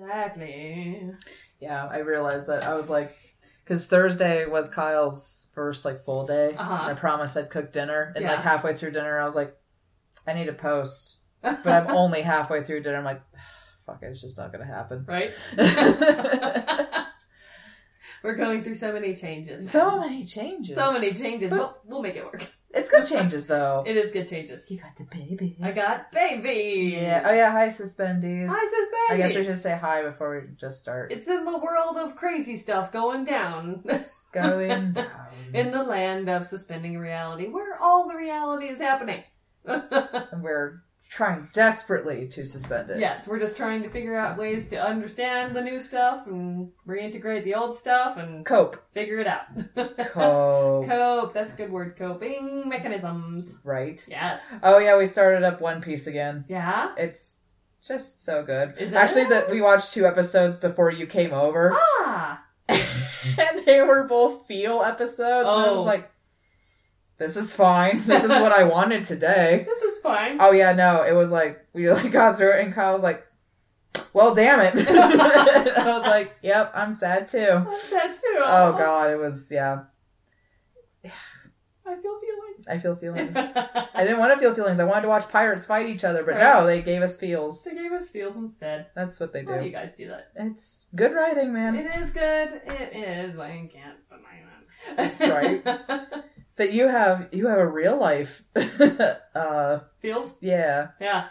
badly. Yeah, I realized that. I was like, because Thursday was Kyle's first like full day. Uh-huh. And I promised I'd cook dinner, and like Yeah. halfway through dinner, I was like, I need to post, but I'm only halfway through dinner. I'm like, fuck, it's just not gonna happen. right? We're going through so many changes. so many changes. Oh. So many changes. But- We'll, we'll make it work. It's good changes though. It is good changes. got the baby. I got baby. Yeah. Oh yeah. Hi, suspendees. Hi, says baby. I guess we should say hi before we just start. It's in the world of crazy stuff going down. Going down. in the land of suspending reality, where all the reality is happening. and we're trying desperately to suspend it. yes, we're just trying to figure out ways to understand the new stuff and reintegrate the old stuff and Cope. figure it out. Cope. Cope. That's a good word. Coping mechanisms. Right. Yes. Oh yeah, we started up One Piece again. Yeah. It's just so good. Is it? Actually, that we watched two episodes before you came over, Ah. and they were both feel episodes. And I was Oh. just like, "This is fine. This is what I wanted today." This is fine. Oh yeah, no, it was like we like got through it, and Kyle was like, "Well, damn it!" I was like, "Yep, I'm sad too." I'm sad too. Oh god, it was yeah. I feel feelings. I feel feelings. I didn't want to feel feelings. I wanted to watch pirates fight each other, but no, they gave us feels. so gave us feels instead. That's what they Why do you do. guys do that? It's good writing, man. It is good. It is. I can't deny Right. that. But you have you have a real life. uh Feels? yeah. Yeah.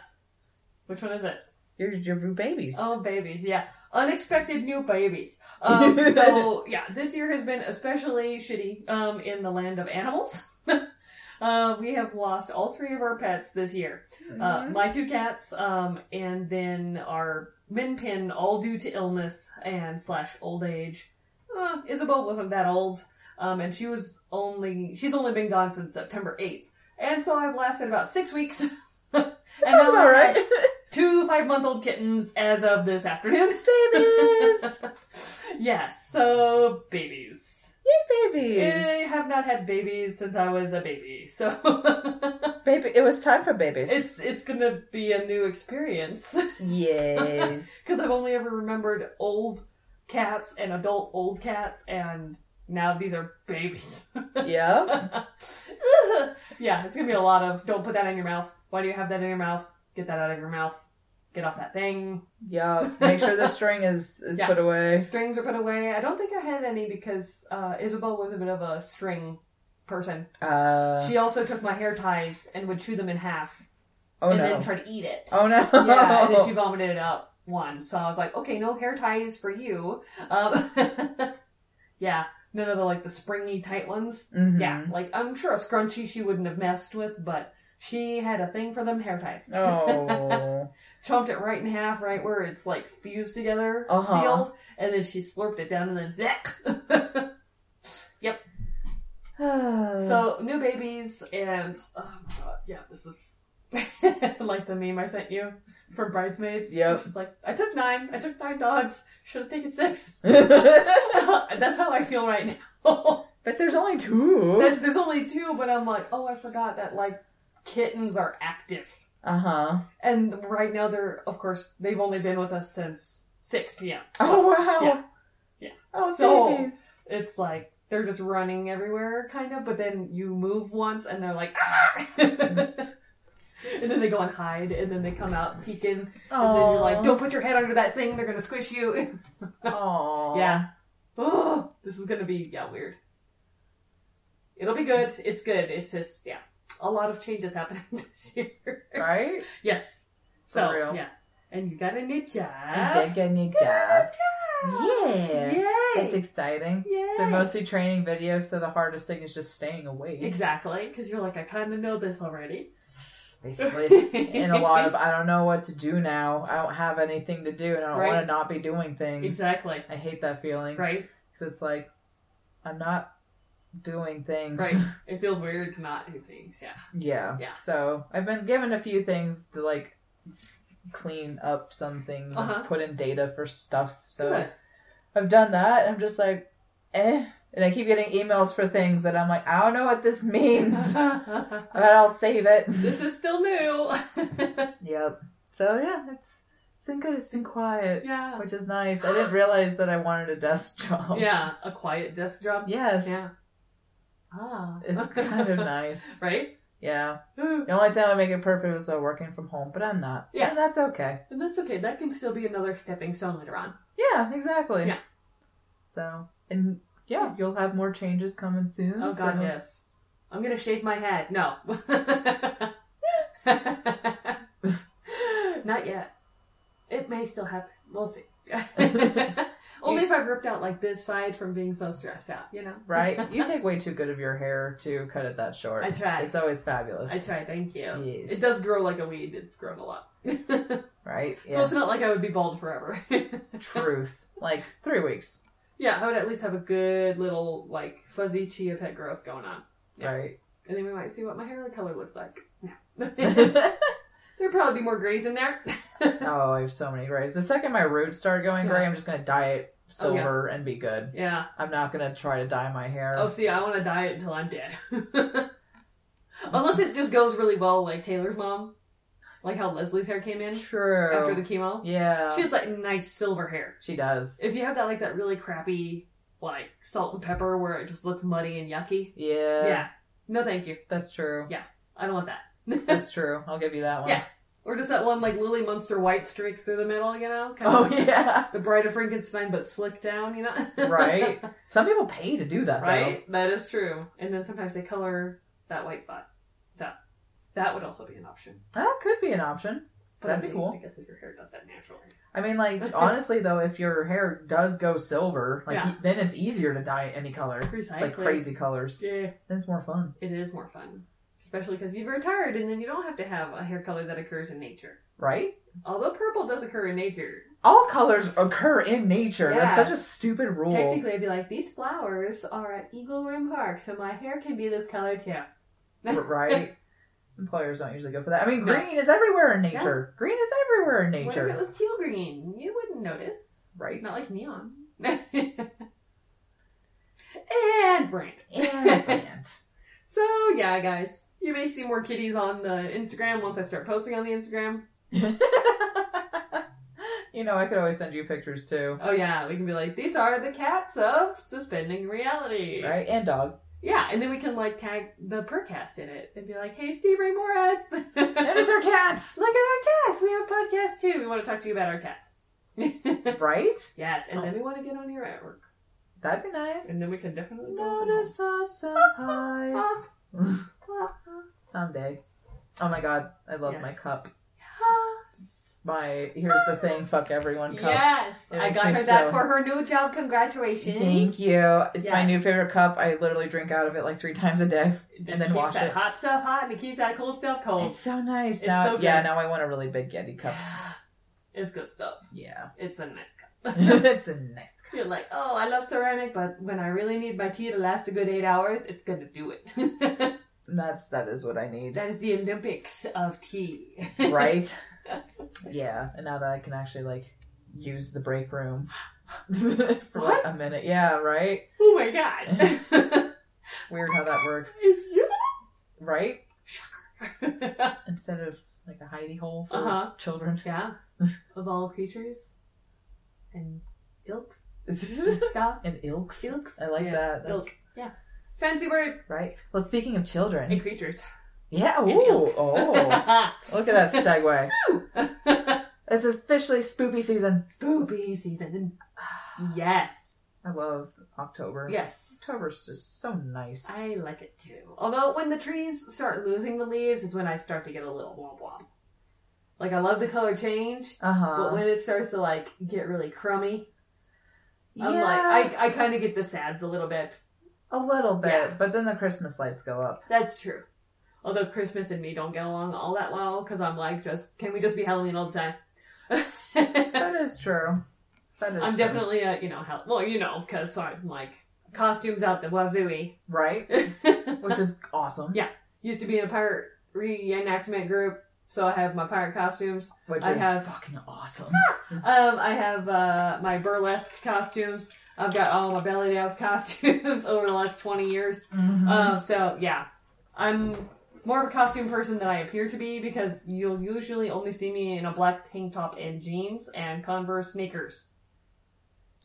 Which one is it? You're your babies. Oh, babies. Yeah. Unexpected new babies. Um, so, yeah, this year has been especially shitty um, in the land of animals. uh, we have lost all three of our pets this year. Uh, Mhm. my two cats, um, and then our min pin, all due to illness and slash old age. Uh, Isabel wasn't that old, um, and she was only she's only been gone since September eighth, and so I've lasted about six weeks. and Sounds now about I right. have Two five month old kittens as of this afternoon. babies. yes, so babies. Yay, babies. I have not had babies since I was a baby, so Baby it was time for babies. it's it's gonna be a new experience. yes. Because I've only ever remembered old cats and adult old cats, and now these are babies. yep. yeah, it's gonna be a lot of don't put that in your mouth. Why do you have that in your mouth? Get that out of your mouth. Get off that thing. Yep. Make sure the string is is Yeah. put away. Strings are put away. I don't think I had any because uh, Isabel was a bit of a string person. Uh She also took my hair ties and would chew them in half oh and no. then try to eat it. Oh no. Yeah, and then she vomited it up one. So I was like, okay, no hair ties for you. Um, yeah, none of the like the springy tight ones. Mhm. Yeah, like I'm sure a scrunchie she wouldn't have messed with, but she had a thing for them hair ties. Oh. Chomped it right in half, right where it's like fused together, Uh-huh. sealed, and then she slurped it down and then. blech. Oh. Uh. so new babies and oh my god, yeah, this is like the meme I sent you from bridesmaids. Yep. she's like, I took nine, I took nine dogs, should have taken six. but That's how I feel right now. there's only two. That- There's only two, but I'm like, oh, I forgot that like kittens are active, Uh-huh. and right now they're, of course, they've only been with us since 6 p.m. Oh So wow. yeah. Yeah. Oh So- babies. it's like they're just running everywhere, kind of. But then you move once, and they're like, ah! and then they go and hide, and then they come out peeking, and then you're like, Aw. don't put your head under that thing; they're gonna squish you. Aww. Yeah. Oh, this is gonna be yeah weird. It'll be good. It's good. It's just yeah, a lot of changes happening this year. Right? Yes. So real. yeah, and you got a new job. I did get a new job. Got Yeah. a new job. That's Yay! exciting. Yay! So mostly training videos, so the hardest thing is just staying awake. Exactly, because you're like, I kind of know this already. Basically. and a lot of I don't know what to do now. I don't have anything to do and I don't Right. want to not be doing things. exactly I hate that feeling. right, Because it's like I'm not doing things. right. It feels weird to not do things. Yeah, Yeah. Yeah. So I've been given a few things to like clean up some things Uh-huh. and put in data for stuff. So good. I've done that, and I'm just like, eh. And I keep getting emails for things that I'm like, I don't know what this means, but I'll save it. this is still new. yep. So yeah, it's it's been good. It's been quiet, Yeah. which is nice. I didn't realize that I wanted a desk job. Yeah. A quiet desk job. Yes. Yeah. Ah. It's kind of nice. Mm. right? Yeah. Ooh. The only thing that would make it perfect was uh, working from home, but I'm not. Yeah. And that's okay. And that's okay. That can still be another stepping stone later on. Yeah, exactly. Yeah. So, and yeah, you'll have more changes coming soon. Oh Mm, so- god, yes. I'm gonna shave my head. No. Not yet. It may still happen. We'll see. Only if I've ripped out like this side from being so stressed out, you know? Right? You take way too good of your hair to cut it that short. I try. It's always fabulous. I try, thank you. Yes. It does grow like a weed, it's grown a lot. Right? So it's not like I would be bald forever. Truth. Like three weeks. yeah, I would at least have a good little like fuzzy chia pet growth going on. Yeah. Right? And then we might see what my hair color looks like. Yeah. oh, There'd probably be more grays in there. I have so many grays. The second my roots start going gray, I'm just going to dye it silver and be good. yeah. I'm not going to try to dye my hair. Oh, see, I want to dye it until I'm dead. Unless it just goes really well, like Taylor's mom, like how Leslie's hair came in True. after the chemo. yeah. She has like nice silver hair. she does. If you have that like that really crappy like salt and pepper where it just looks muddy and yucky, yeah. yeah, no, thank you. That's true. I don't want that. That's true. I'll give you that one. Yeah. Or just that one like Lily Munster white streak through the middle, you know? Kind Oh of yeah. the Bride of Frankenstein, but slick down, you know? Right. Some people pay to do that right. That is true. And then sometimes they color that white spot, so that would also be an option. though. That could be an option. But That'd I be mean, cool. I guess if your hair does that naturally. I mean, like honestly though, if your hair does go silver, like Yeah. then it's easier to dye it any color, Precisely. like crazy colors. Yeah. Then it's more fun. It is more fun. Especially because you've retired and then you don't have to have a hair color that occurs in nature. Right? Although purple does occur in nature. All colors occur in nature. That's Yeah. such a stupid rule. Technically, I'd be like, these flowers are at Eagle Rim Park, so my hair can be this color too. R- right? Employers don't usually go for that. I mean, No. green is everywhere in nature. Green is everywhere in What if it nature. was teal green? You wouldn't notice. Right? Not like neon. and rant. And plant. So, yeah, guys. You may see more kitties on the Instagram once I start posting on the Instagram. You know, I could always send you pictures too. Oh yeah, we can be like, these are the cats of suspending reality. Right? And dog. Yeah, and then we can like tag the percast in it and be like, hey, Steve Ray Morris, Notice our cats! look at our cats. We have podcasts too. We want to talk to you about our cats. Right? yes, and Oh. then we want to get on your artwork, That'd be nice. and then we can definitely go from Notice our surprise. home. Someday. Oh my god, I love my Yes. cup. Yes, My here's the thing, fuck everyone cup. yes. It I makes got me her so- that for her new job. Congratulations. Thank you. It's my Yes. new favorite cup. I literally drink out of it like three times a day. It And then keeps wash that it. hot stuff hot, and it keeps that cold stuff cold. It's so Oh, nice. It's now, so good. yeah, now I want a really big Yeti cup. it's good stuff. Yeah, It's a nice cup. it's a nice cup. You're like, oh, I love ceramic, but when I really need my tea to last a good eight hours, it's gonna do it. That's that is what I need, that is the Olympics of tea. right? yeah, and now that I can actually like use the break room for like What? a minute. Yeah, right. oh my god. Weird how that works, Excuse right? me? Instead of like a hidey hole for Uh-huh. children. yeah. Of all creatures and ilks and and stuff. ilks. Ilks. I like Yeah, that. That's Ilk. Yeah. Fancy word. right. Well, speaking of And children, creatures. yeah. and Ooh, ilk. oh, look at that segue. It's officially spoopy season. Spoopy season. Yes. I love October. Yes. October's just so nice. I like it too. Although when the trees start losing the leaves is when I start to get a little womp womp. Like I love the color change, Uh but huh. when it starts to like get really crummy, Yeah, I'm like I, I kind of get the sads a little bit. a little bit, Yeah. but then the Christmas lights go up. That's true. Although Christmas and me don't get along all that well because I'm like just can we just be Halloween all the time? That is true. That is I'm true. definitely a you know hell well you know because I'm like costumes out the wazooey. right, which is awesome. Yeah. Used to be in a pirate reenactment group, so I have my pirate costumes. Which I is have- fucking awesome. Um, I have uh, my burlesque costumes. I've got all my belly dance costumes over the last 20 years. Mhm. Um, so, yeah. I'm more of a costume person than I appear to be because you'll usually only see me in a black tank top and jeans and Converse sneakers.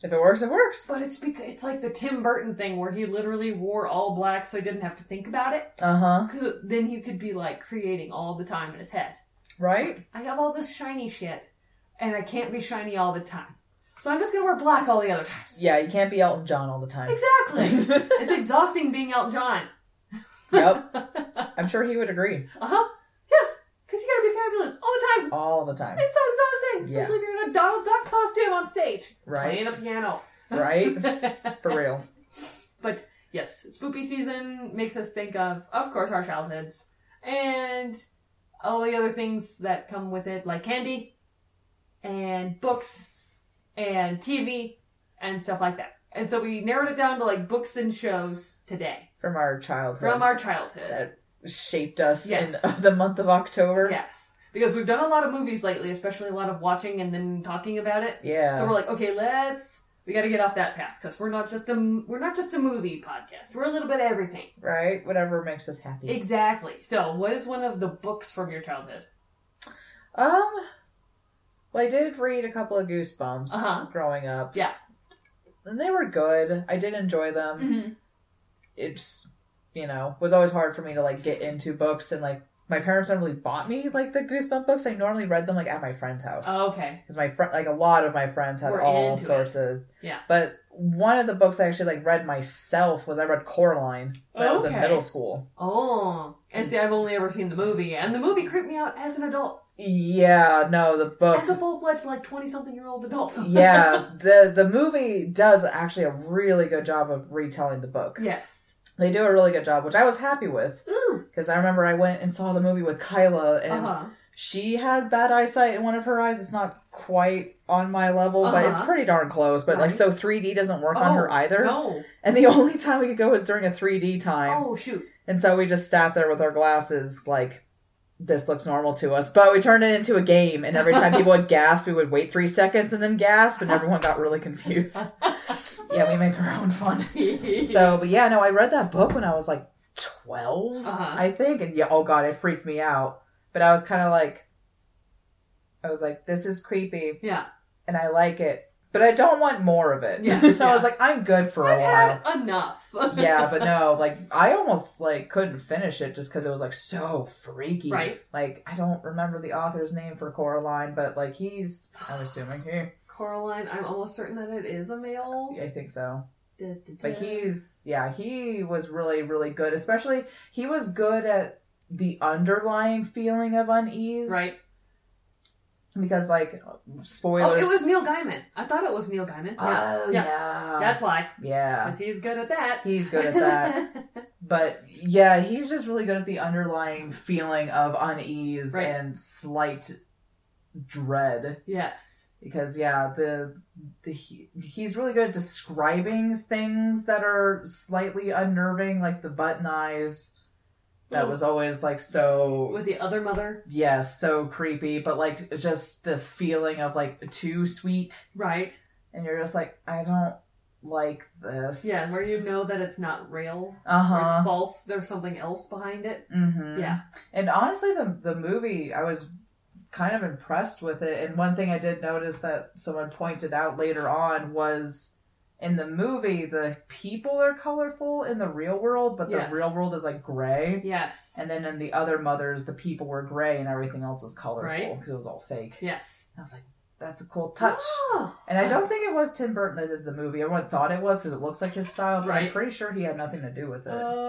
If it works, it works. But it's because it's like the Tim Burton thing where he literally wore all black so he didn't have to think about it. Uh huh. Because then he could be like creating all the time in his head. Right? I have all this shiny shit, and I can't be shiny all the time. So I'm just gonna wear black all the other times. Yeah, you can't be Elton John all the time. Exactly. it's exhausting being out John. yep. I'm sure he would agree. Uh huh. Yes, because you gotta be fabulous all the time. All the time. It's so exhausting, especially if you're in a Donald Duck costume on stage, Right? playing a piano. Right? For real. But yes, spooky season makes us think of, of course, our childhoods and all the other things that come with it, like candy and books and TV and stuff like that. And so we narrowed it down to like books and shows today From our childhood. from our childhood. that shaped us Yes. in the month of October. Yes. Because we've done a lot of movies lately, especially a lot of watching and then talking about it. Yeah. So we're like, okay, let's we got to get off that path because we're not just a we're not just a movie podcast. We're a little bit of everything. right? Whatever makes us happy. Exactly. So, what is one of the books from your childhood? Um, well, I did read a couple of Goosebumps Uh-huh. growing up. Yeah. And they were good. I did enjoy them. Mm-hmm. It's, you know, was always hard for me to, like, get into books and, like, my parents never really bought me, like, the Goosebump books. I normally read them, like, at my friend's house. Oh, okay. Because my friend, like, a lot of my friends had Were all into sorts of. Yeah. But one of the books I actually, like, read myself was I read Coraline when I was in Okay. middle school. Oh, and see, I've only ever seen the movie, and the movie creeped me out as an adult, Yeah, no, the book. as a full fledged like twenty something year old adult. Oh. yeah, the the movie does actually a really good job of retelling the book. yes. They do a really good job, which I was happy with Ooh. because I remember I went and saw the movie with Kyla, and Uh huh. she has bad eyesight in one of her eyes. It's not quite on my level, but it's Uh-huh. pretty darn close. But like, Right. so 3D doesn't work on Oh, her either. No. And the only time we could go was during a 3D time, Oh shoot. and so we just sat there with our glasses, like. This looks normal to us, but we turned it into a game, and every time people would gasp, we would wait three seconds and then gasp, and everyone got really confused. Yeah, we make our own fun. so. So, but yeah, no, I read that book when I was like 12, Uh-huh. I think. And yeah, oh God, it freaked me out. But I was kind of like, I was like, this is creepy Yeah. and I like it, but I don't want more of it. Yeah, I yeah. was like, I'm good for a I've while. had enough. yeah, but no, like I almost like couldn't finish it just because it was like so freaky. Right. Like I don't remember the author's name for Coraline, but like he's, I'm assuming he, Coraline, I'm almost certain that it is a male. I think so. Da, da, da. But he's yeah, he was really really good. Especially he was good at the underlying feeling of unease, Right. Because like spoilers. Oh, it was Neil Gaiman. I thought it was Neil Gaiman. Yeah. Oh, Yeah. yeah, That's why, yeah. because he's good at that. He's good at that. but yeah, he's just really good at the underlying feeling of unease Right. and slight dread. yes. because yeah the the he, he's really good at describing things that are slightly unnerving like the button eyes that Ooh. was always like so Mm-hmm. With the other mother, yes so creepy but like just the feeling of like too sweet right? and you're just like i don't like this Yeah, where you know that it's not real, or it's uh-huh false. There's something else behind it. hmm Yeah. and honestly the the movie i was kind of impressed with it and one thing i did notice that someone pointed out later on was in the movie the people are colorful in the real world but the Yes. real world is like gray Yes. and then in the other mothers the people were gray and everything else was colorful Right. because it was all fake Yes. i was like that's a cool touch Ah! and i don't think it was tim burton that did the movie everyone thought it was because it looks like his style but i'm Right. pretty sure he had nothing to do with it Um.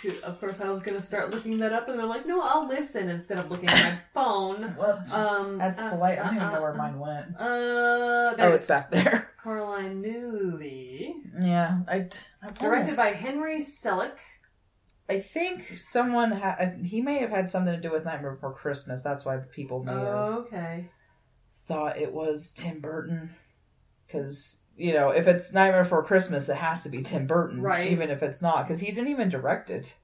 Shoot. Of course, I was gonna start looking that up, and they're like, "No, I'll listen instead of looking at my phone." well Um. that's uh, polite i don't uh, even know uh, where Oh, mine went Uh. There it is. back there Coraline Newby, Yeah, I, I directed promise. by Henry Selick. I think someone ha- uh, he may have had something to do with Nightmare Before Christmas. That's why people may Oh. have Okay. thought it was Tim Burton, because you know if it's Nightmare Before Christmas, it has to be Tim Burton, Right. Even if it's not, because he didn't even direct it.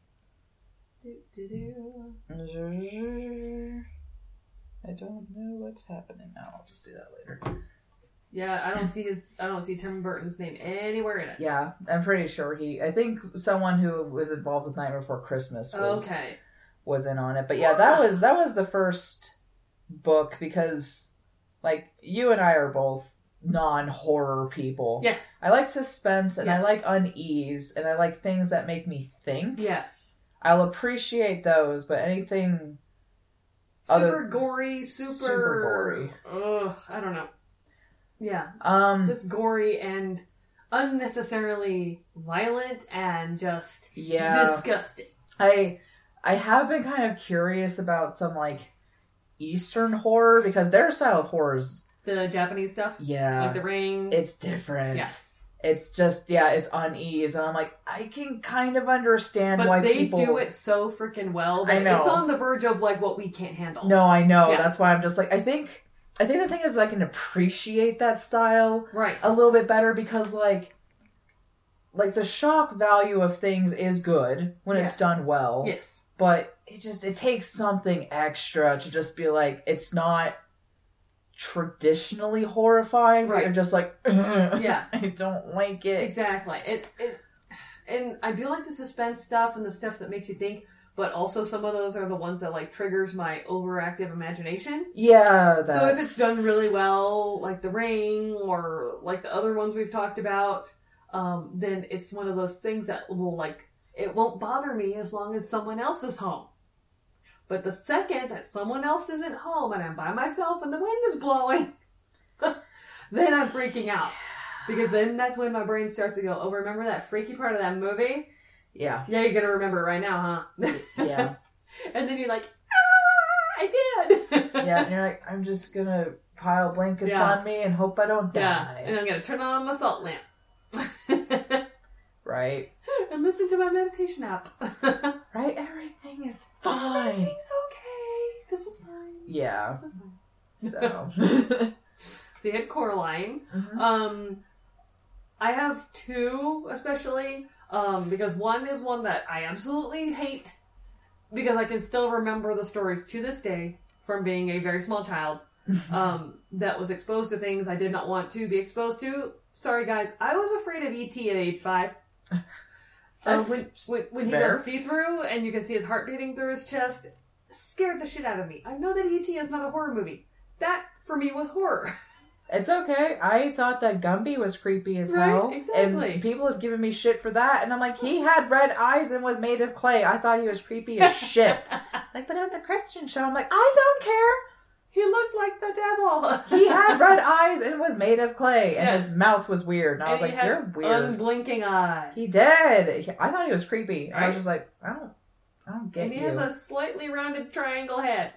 Do, do, do. I don't know what's happening now. I'll just do that later. Yeah, I don't see his. I don't see Tim Burton's name anywhere in it. Yeah, I'm pretty sure he. I think someone who was involved with Nightmare Before Christmas was Oh, Okay. was in on it. But yeah, that was that was the first book because like you and I are both non horror people. Yes. I like suspense and Yes. I like unease and I like things that make me think. Yes. I'll appreciate those, but anything Other- Super gory, super, Super gory. Ugh, I don't know. Yeah, um just gory and unnecessarily violent and just yeah. disgusting. I I have been kind of curious about some like Eastern horror because their style of horror is The Japanese stuff, yeah, like The Ring. it's different. yes, It's just yeah, it's unease, and I'm like I can kind of understand but why they people do it so freaking well. I that know. it's on the verge of like what we can't handle. No, I know. Yeah. That's why I'm just like I think I think the thing is I can appreciate that style right? a little bit better because like like the shock value of things is good when Yes. it's done well. yes, but it just it takes something extra to just be like it's not traditionally horrifying Right. you're just like "Ugh, Yeah. i don't like it exactly. It, it, and I do like the suspense stuff and the stuff that makes you think. But also, some of those are the ones that like triggers my overactive imagination. yeah that's... So if it's done really well, like The Ring or like the other ones we've talked about, um, then it's one of those things that will like it won't bother me as long as someone else is home. But the second that someone else isn't home and I'm by myself and the wind is blowing, then I'm freaking out. Because then that's when my brain starts to go, Oh, remember that freaky part of that movie? yeah Yeah, you're gonna remember it right now, huh? yeah and then you're like, Ah, I did. yeah and you're like i'm just gonna pile blankets Yeah. on me and hope i don't Yeah, die and I'm gonna turn on my salt lamp and right listen to my meditation app. Everything's right everything is fine okay. This is fine. yeah This is fine. so So you had Coraline. Mhm. Um, I have two especially um, because one is one that I absolutely hate because I can still remember the stories to this day from being a very small child um, that was exposed to things I did not want to be exposed to. Sorry guys, I was afraid of ET at age five. Uh, That's when when, when he fair. goes see through and you can see his heart beating through his chest, scared the shit out of me. I know that ET is not a horror movie. That for me was horror. It's okay. I thought that Gumby was creepy as Right, hell. exactly. And people have given me shit for that. And I'm like, he had red eyes and was made of clay. I thought he was creepy as shit. like, but it was a Christian show. I'm like, I He looked like the devil. don't care. He had red eyes and was made of clay. And Yeah. his mouth was weird. And, I was And like, he had you're weird. unblinking eye. he did. He- I thought he was creepy. And I was Right. just like, I don't, I don't get And he you. has a slightly rounded triangle head.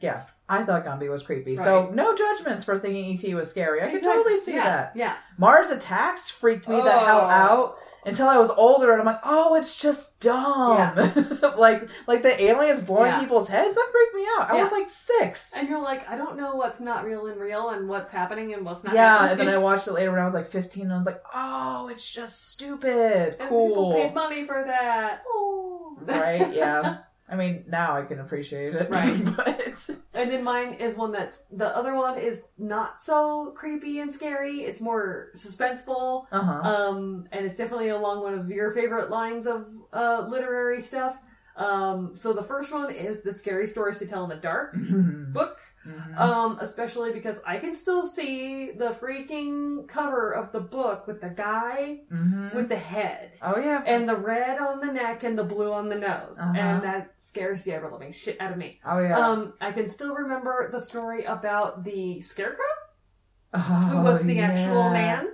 yeah. I thought Gumby was creepy. So no judgments for thinking ET was scary. I could totally see yeah, that. Yeah. Mars Attacks freaked me the hell Oh. out until I was older, and I'm like, oh, it's just dumb. like, like the aliens blowing Yeah. people's heads that freaked me out. I was like six. And you're like, I don't know what's not real and real and what's happening and what's not yeah, and happening. then I watched it later when I was like 15, and I was like, oh, it's just stupid. And people paid cool, money for that. Oh. right? Yeah. I mean, now I can appreciate it, Right. but And then mine is one that's the other one is not so creepy and scary. It's more suspenseful. uh huh. Um, and it's definitely along one of your favorite lines of uh, literary stuff. Um, so the first one is the scary stories to tell in the dark Mm-hmm. book. Um, especially because I can still see the freaking cover of the book with the guy with the head Mm-hmm. Oh yeah. and the red on the neck and the blue on the nose, Uh-huh. and that scares the ever living shit out of me. oh yeah. Um, I can still remember the story about the scarecrow um, who Oh, was the actual yeah. man.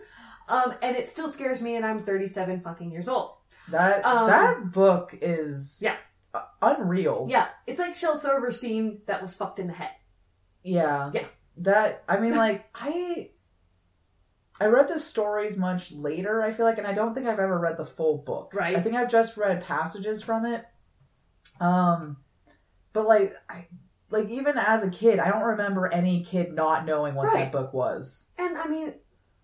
Um, and it still scares me, and I'm 37 fucking years old. That Um, that book is Yeah. u- unreal. Yeah, it's like Shel Silverstein that was fucked in the head. Yeah. Yeah. That I mean like I I read the stories much later, I feel like, and I don't think I've ever read the full book. Right. I think I've just read passages from it. Um but like I like even as a kid, I don't remember any kid not knowing what Right. that book was. And I mean,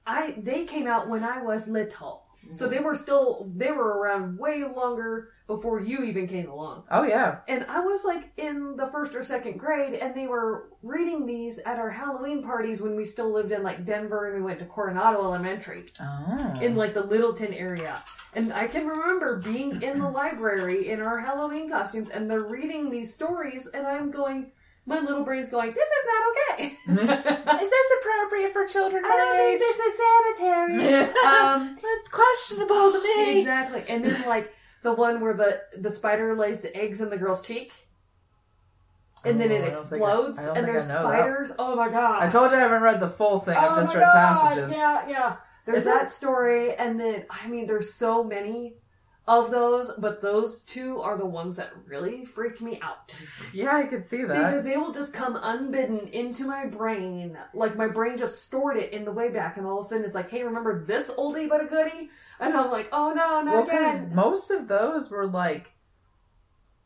I they came out when I was little, so they were still they were around way longer before you even came along. Oh yeah. And I was like in the first or second grade, and they were reading these at our Halloween parties when we still lived in like Denver and we went to Coronado Elementary Oh. in like the Littleton area. And I can remember being in the library in our Halloween costumes and they're reading these stories and I'm going, my little brain's going, this is not okay. Is this appropriate for children? I don't think this is sanitary. um, That's questionable to me. exactly. And then like the one where the, the spider lays the eggs in the girl's cheek and then Oh, it I don't think I- explodes I don't and think there's I know that. spiders. Oh my god. I told you I haven't read the full thing. I've just Oh, my read passages. Yeah, yeah. There's Is that, it? story, and then I mean, there's so many of those, but those two are the ones that really freak me out Yeah, I could see that. because they will just come unbidden into my brain. Like my brain just stored it in the way back, and all of a sudden it's like, hey, remember this oldie but a goodie? And I'm like, oh no, not well, again. because most of those were like,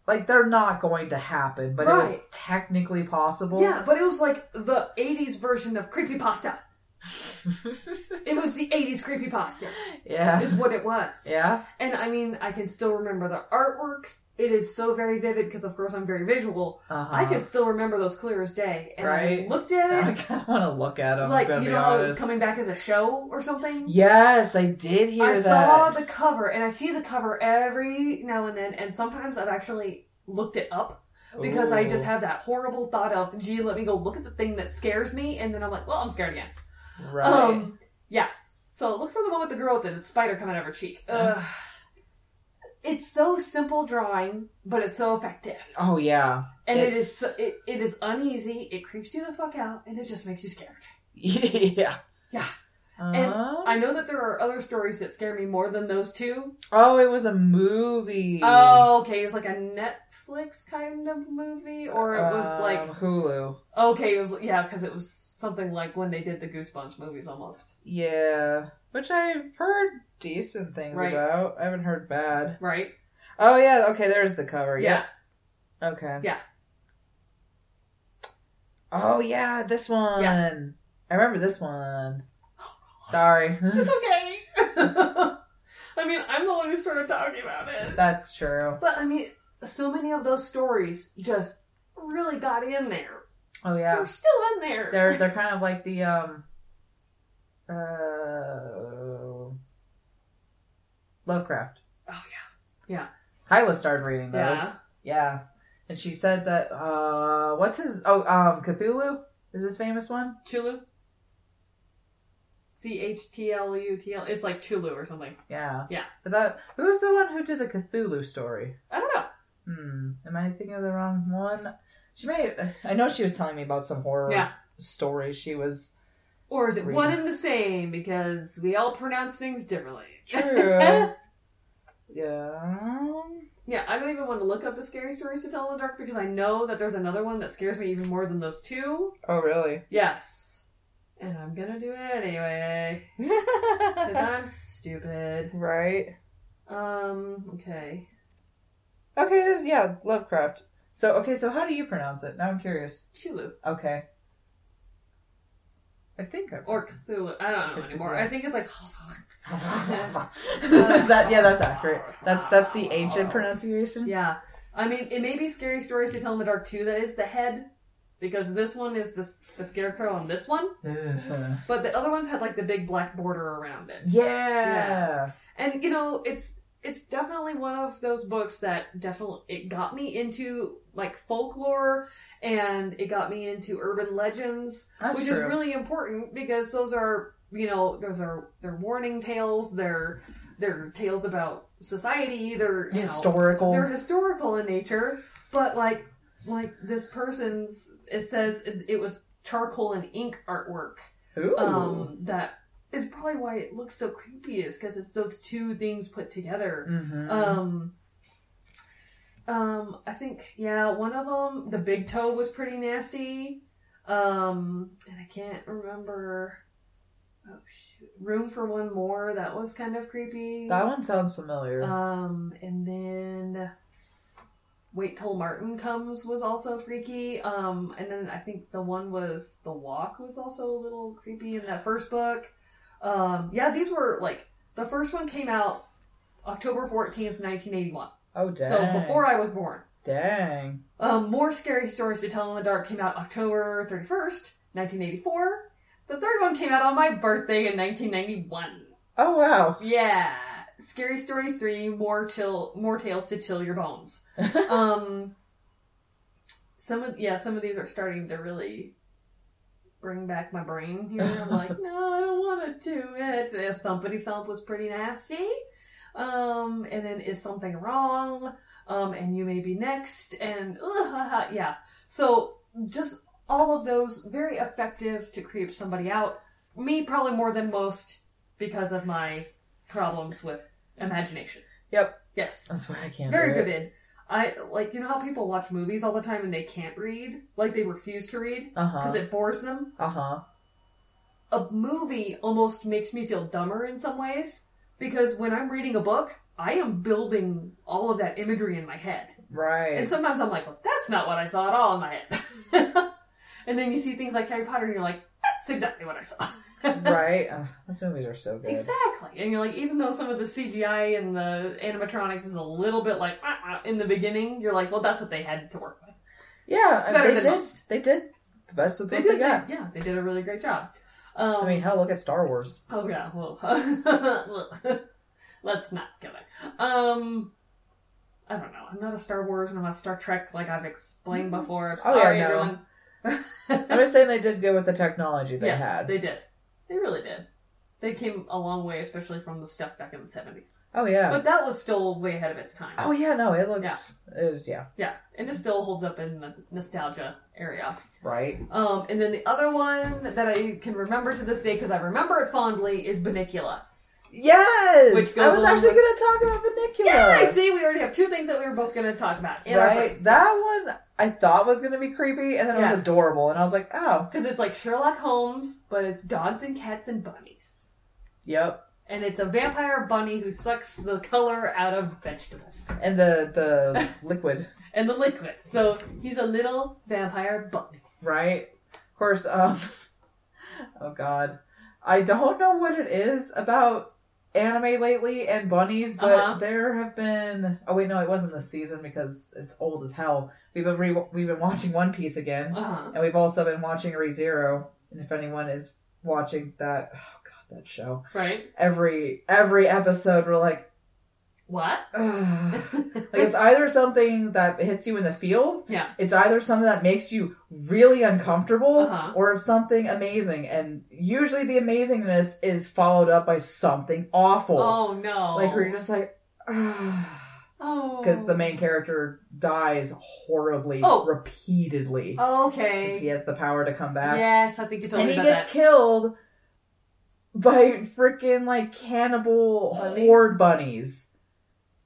like they're not going to happen, but it was Right. technically possible. Yeah, but it was like the 80s version of creepypasta. It was the 80s creepypasta, yeah, is what it was. yeah. And I mean, I can still remember the artwork. It is so very vivid because, of course, I'm very visual. Uh-huh. I can still remember those clear as day. And Right. I looked I at it, kind of want to look at them. like, I'm gonna you be know how it was honest. coming back as a show or something? Yes, I did hear I that. saw the cover, and I see the cover every now and then, and sometimes I've actually looked it up because I Ooh. just have that horrible thought of, gee, let me go look at the thing that scares me, and then I'm like, well, I'm scared again. right. Um, yeah. So look for the one with the girl with the spider coming out of her cheek. Ugh. It's so simple drawing, but it's so effective. oh yeah, And it it's- is so- it, it is uneasy. It creeps you the fuck out, and it just makes you scared. yeah, Yeah. And Uh-huh. I know that there are other stories that scare me more than those two. oh, it was a movie. Oh, okay. It was like a Netflix kind of movie, or it was Um, like Hulu. okay, it was yeah, because it was something like when they did the Goosebumps movies almost. Yeah, which I've heard decent things Right. about. I haven't heard bad. Right? Oh yeah, okay. There's the cover. Yeah. Yeah. Okay. Yeah. Oh yeah, this one. I remember this one. Sorry. It's okay. I mean, I'm the one who started talking about it. That's true. But I mean, so many of those stories just really got in there. Oh yeah. They're still in there. They're they're kind of like the um uh Lovecraft. Oh, yeah. Yeah. Kyla started reading those. Yeah. Yeah. And she said that uh what's his oh um Cthulhu is his famous one? Chulu. C H T L U T L. It's like Chulu or something. Yeah. Yeah. But that who's the one who did the Cthulhu story? I don't know. Hmm. Am I thinking of the wrong one? She may I know she was telling me about some horror Yeah. story she was Or is it Reading. one and the same? Because we all pronounce things differently. True. yeah. Yeah, I don't even want to look up the scary stories to tell in the dark because I know that there's another one that scares me even more than those two. Oh really? Yes. And I'm gonna do it anyway. Because I'm stupid. right. Um, okay. Okay, it is yeah, Lovecraft. So okay, so how do you pronounce it? Now I'm curious. Chulu. Okay. I think I Or Cthulhu. I don't know anymore. I think it's like. that yeah, that's accurate. That's that's the ancient pronunciation. yeah. I mean, it may be Scary Stories to Tell in the Dark too. that is the head. Because this one is the, the scarecrow on this one. Yeah. But the other ones had like the big black border around it. Yeah. And, you know, it's. It's definitely one of those books that definitely it got me into like folklore and it got me into urban legends That's which true. is really important because those are you know those are they're warning tales they're they're tales about society they're you know, historical. they're historical in nature but like like this person's it says it, it was charcoal and ink artwork Ooh. um that is probably why it looks so creepy is because it's those two things put together Mhm. um, um, I think yeah, one of them, the big toe was pretty nasty. Um, and I can't remember. Oh shoot! Room for one more. That was kind of creepy. that one sounds familiar. Um, and then wait till Martin comes was also freaky. Um, and then I think the one was the walk was also a little creepy in that first book. Um, yeah, these were like the first one came out October fourteenth, nineteen eighty one. oh dang. So before I was born. dang. Um, more scary stories to tell in the dark came out October thirty first, nineteen eighty four. The third one came out on my birthday in nineteen ninety one. Oh wow. Yeah. Scary Stories Three: More Chill, More Tales to Chill Your Bones. um, some of yeah, some of these are starting to really bring back my brain here. I'm like, no, I don't want to do it. If Thumpity Thump was pretty nasty. Um, and then is something wrong? Um, and you may be next. And ugh, yeah, so just all of those very effective to creep somebody out. Me probably more than most because of my problems with imagination. Yep, Yes. that's why I can't. Very do it. vivid. I like you know how people watch movies all the time and they can't read, like they refuse to read Uh because huh. it bores them. Uh huh. A movie almost makes me feel dumber in some ways because when I'm reading a book, I am building all of that imagery in my head. Right. And sometimes I'm like, well, that's not what I saw at all in my head. and then you see things like Harry Potter and you're like, that's exactly what I saw. right. Ugh, those movies are so good. Exactly. And you're like, even though some of the CGI and the animatronics is a little bit like uh-uh, in the beginning, you're like, well, that's what they had to work with. Yeah, and better they than did. most. They did the best with They what did. they got. They, yeah, they did a really great job. Um, I mean, hell, look at Star Wars. oh yeah. Well, let's not go there. Um, I don't know. I'm not a Star Wars and I'm not a Star Trek, like I've explained before. I'm Oh, yeah, sorry, no. everyone. I'm just saying they did good with the technology they yes, had. they did. They really did. They came a long way, especially from the stuff back in the 70s. oh yeah. But that was still way ahead of its time. oh yeah. No, it looks. Yeah. It was, yeah. Yeah, and it still holds up in the nostalgia area. Right. Um, and then the other one that I can remember to this day because I remember it fondly is Banicula. Yes. Which goes I was along actually with- going to talk about Vinicula. Yeah, I see. We already have two things that we were both going to talk about. in our Right. brains. That one I thought was going to be creepy, and then it Yes. was adorable, and I was like, oh, because it's like Sherlock Holmes, but it's dogs and cats and bunnies, yep. and it's a vampire bunny who sucks the color out of vegetables And the the liquid, and the liquid. So he's a little vampire bunny. right? Of course. Um. oh God, I don't know what it is about anime lately and bunnies, but Uh-huh. there have been. Oh wait, no, it wasn't this season because it's old as hell. We've been re- we've been watching One Piece again. Uh huh. And we've also been watching ReZero. And if anyone is watching that, oh god, that show. Right? Every every episode, we're like, What? Ugh. like it's either something that hits you in the feels, yeah. it's either something that makes you really uncomfortable, Uh-huh. or it's something amazing. And usually, the amazingness is followed up by something awful. Oh no. Like we're just like. oh. Because the main character dies horribly, Oh. repeatedly. Okay. 'Cause he has the power to come back. Yes, I think you told and me he about gets that. killed by freaking like cannibal Bunnies? horde bunnies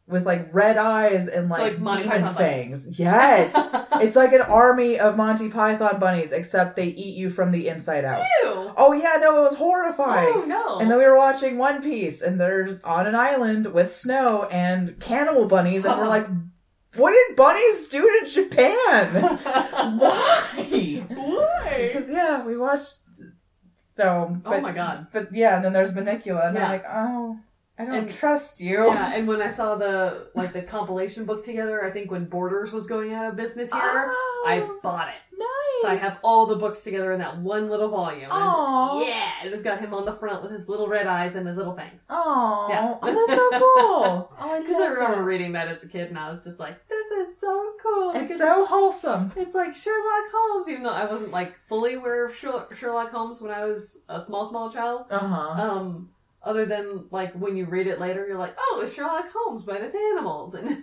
with like red eyes and So, like, like, Monty demon Python bunnies. fangs. Yes, it's like an army of Monty Python bunnies, except they eat you from the inside out. Ew. Oh yeah, no, it was horrifying. Oh no. And then we were watching One Piece, and there's on an island with snow and cannibal bunnies, and we're like, what did bunnies do to Japan? Why? Boy. Because yeah, we watched. So, Oh but, my god. But yeah, and then there's Benicula, and Yeah. I'm like, oh, I don't And- trust you. Yeah, and when I saw the like the compilation book together, I think when Borders was going out of business here, Oh, I bought it. nice. So I have all the books together in that one little volume. And Aw. Yeah, and it's got him on the front with his little red eyes and his little fangs. Aw, Yeah. oh, that's so cool. Oh, Because I remember reading that as a kid, and I was just like, "This is so cool." it's Because so wholesome. It's like Sherlock Holmes, even though I wasn't like fully aware of Sher- Sherlock Holmes when I was a small, small child. Uh huh. Um, other than like when you read it later, you're like, oh, it's Sherlock Holmes, but it's animals, and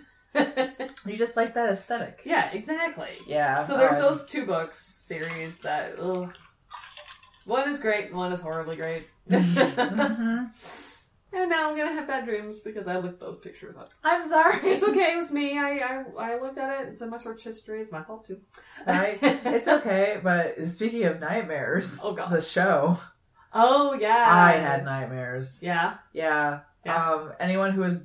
You just like that aesthetic. yeah, exactly. Yeah. So there's um, those two books series that ugh. one is great, and one is horribly great. and Mhm. now I'm gonna have bad dreams because I looked those pictures up. I'm sorry. It's okay, it was me. I I, I looked at it. It's in my search history. It's my fault too. Right? It's okay, but speaking of nightmares, Oh, God. the show, Oh yeah, I had nightmares. Yeah. Yeah. Yeah. Um, anyone who was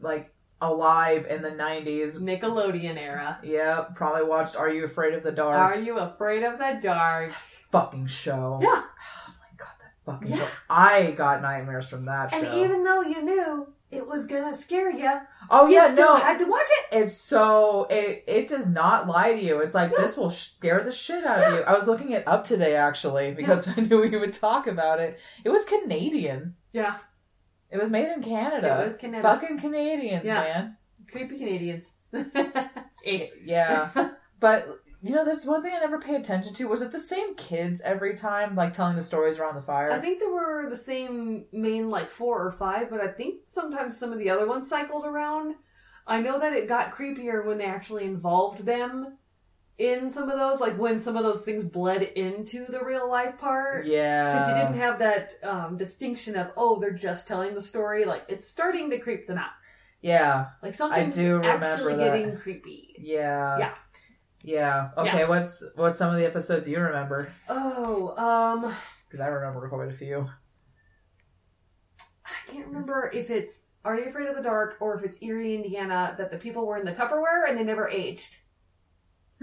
like alive in the '90s, Nickelodeon era. yeah, probably watched "Are You Afraid of the Dark?" Are you afraid of the dark? fucking show. Yeah. Oh my god, that fucking Yeah. show. I got nightmares from that And show. even though you knew it was gonna scare you, oh you yeah, still no, had to watch it. it's so it it does not lie to you. It's like this will scare the shit out of you. I was looking it up today actually because I knew we would talk about it. It was Canadian. Yeah. It was made in Canada. It was Canadian. Fucking Canadians, Yeah. man. Creepy Canadians. Y- Yeah. but you know, that's one thing I never pay attention to. Was it the same kids every time, like telling the stories around the fire? I think there were the same main like four or five, but I think sometimes some of the other ones cycled around. I know that it got creepier when they actually involved them in some of those, like when some of those things bled into the real life part. yeah. Because you didn't have that um, distinction of, oh, they're just telling the story. Like, it's starting to creep them out. yeah. Like, something's do remember actually that. getting creepy. Yeah. Yeah. Yeah. Okay, what's what's some of the episodes you remember? Oh, um, Because I remember quite a few. I can't remember if it's Are You Afraid of the Dark or if it's Erie, Indiana, that the people were in the Tupperware and they never aged.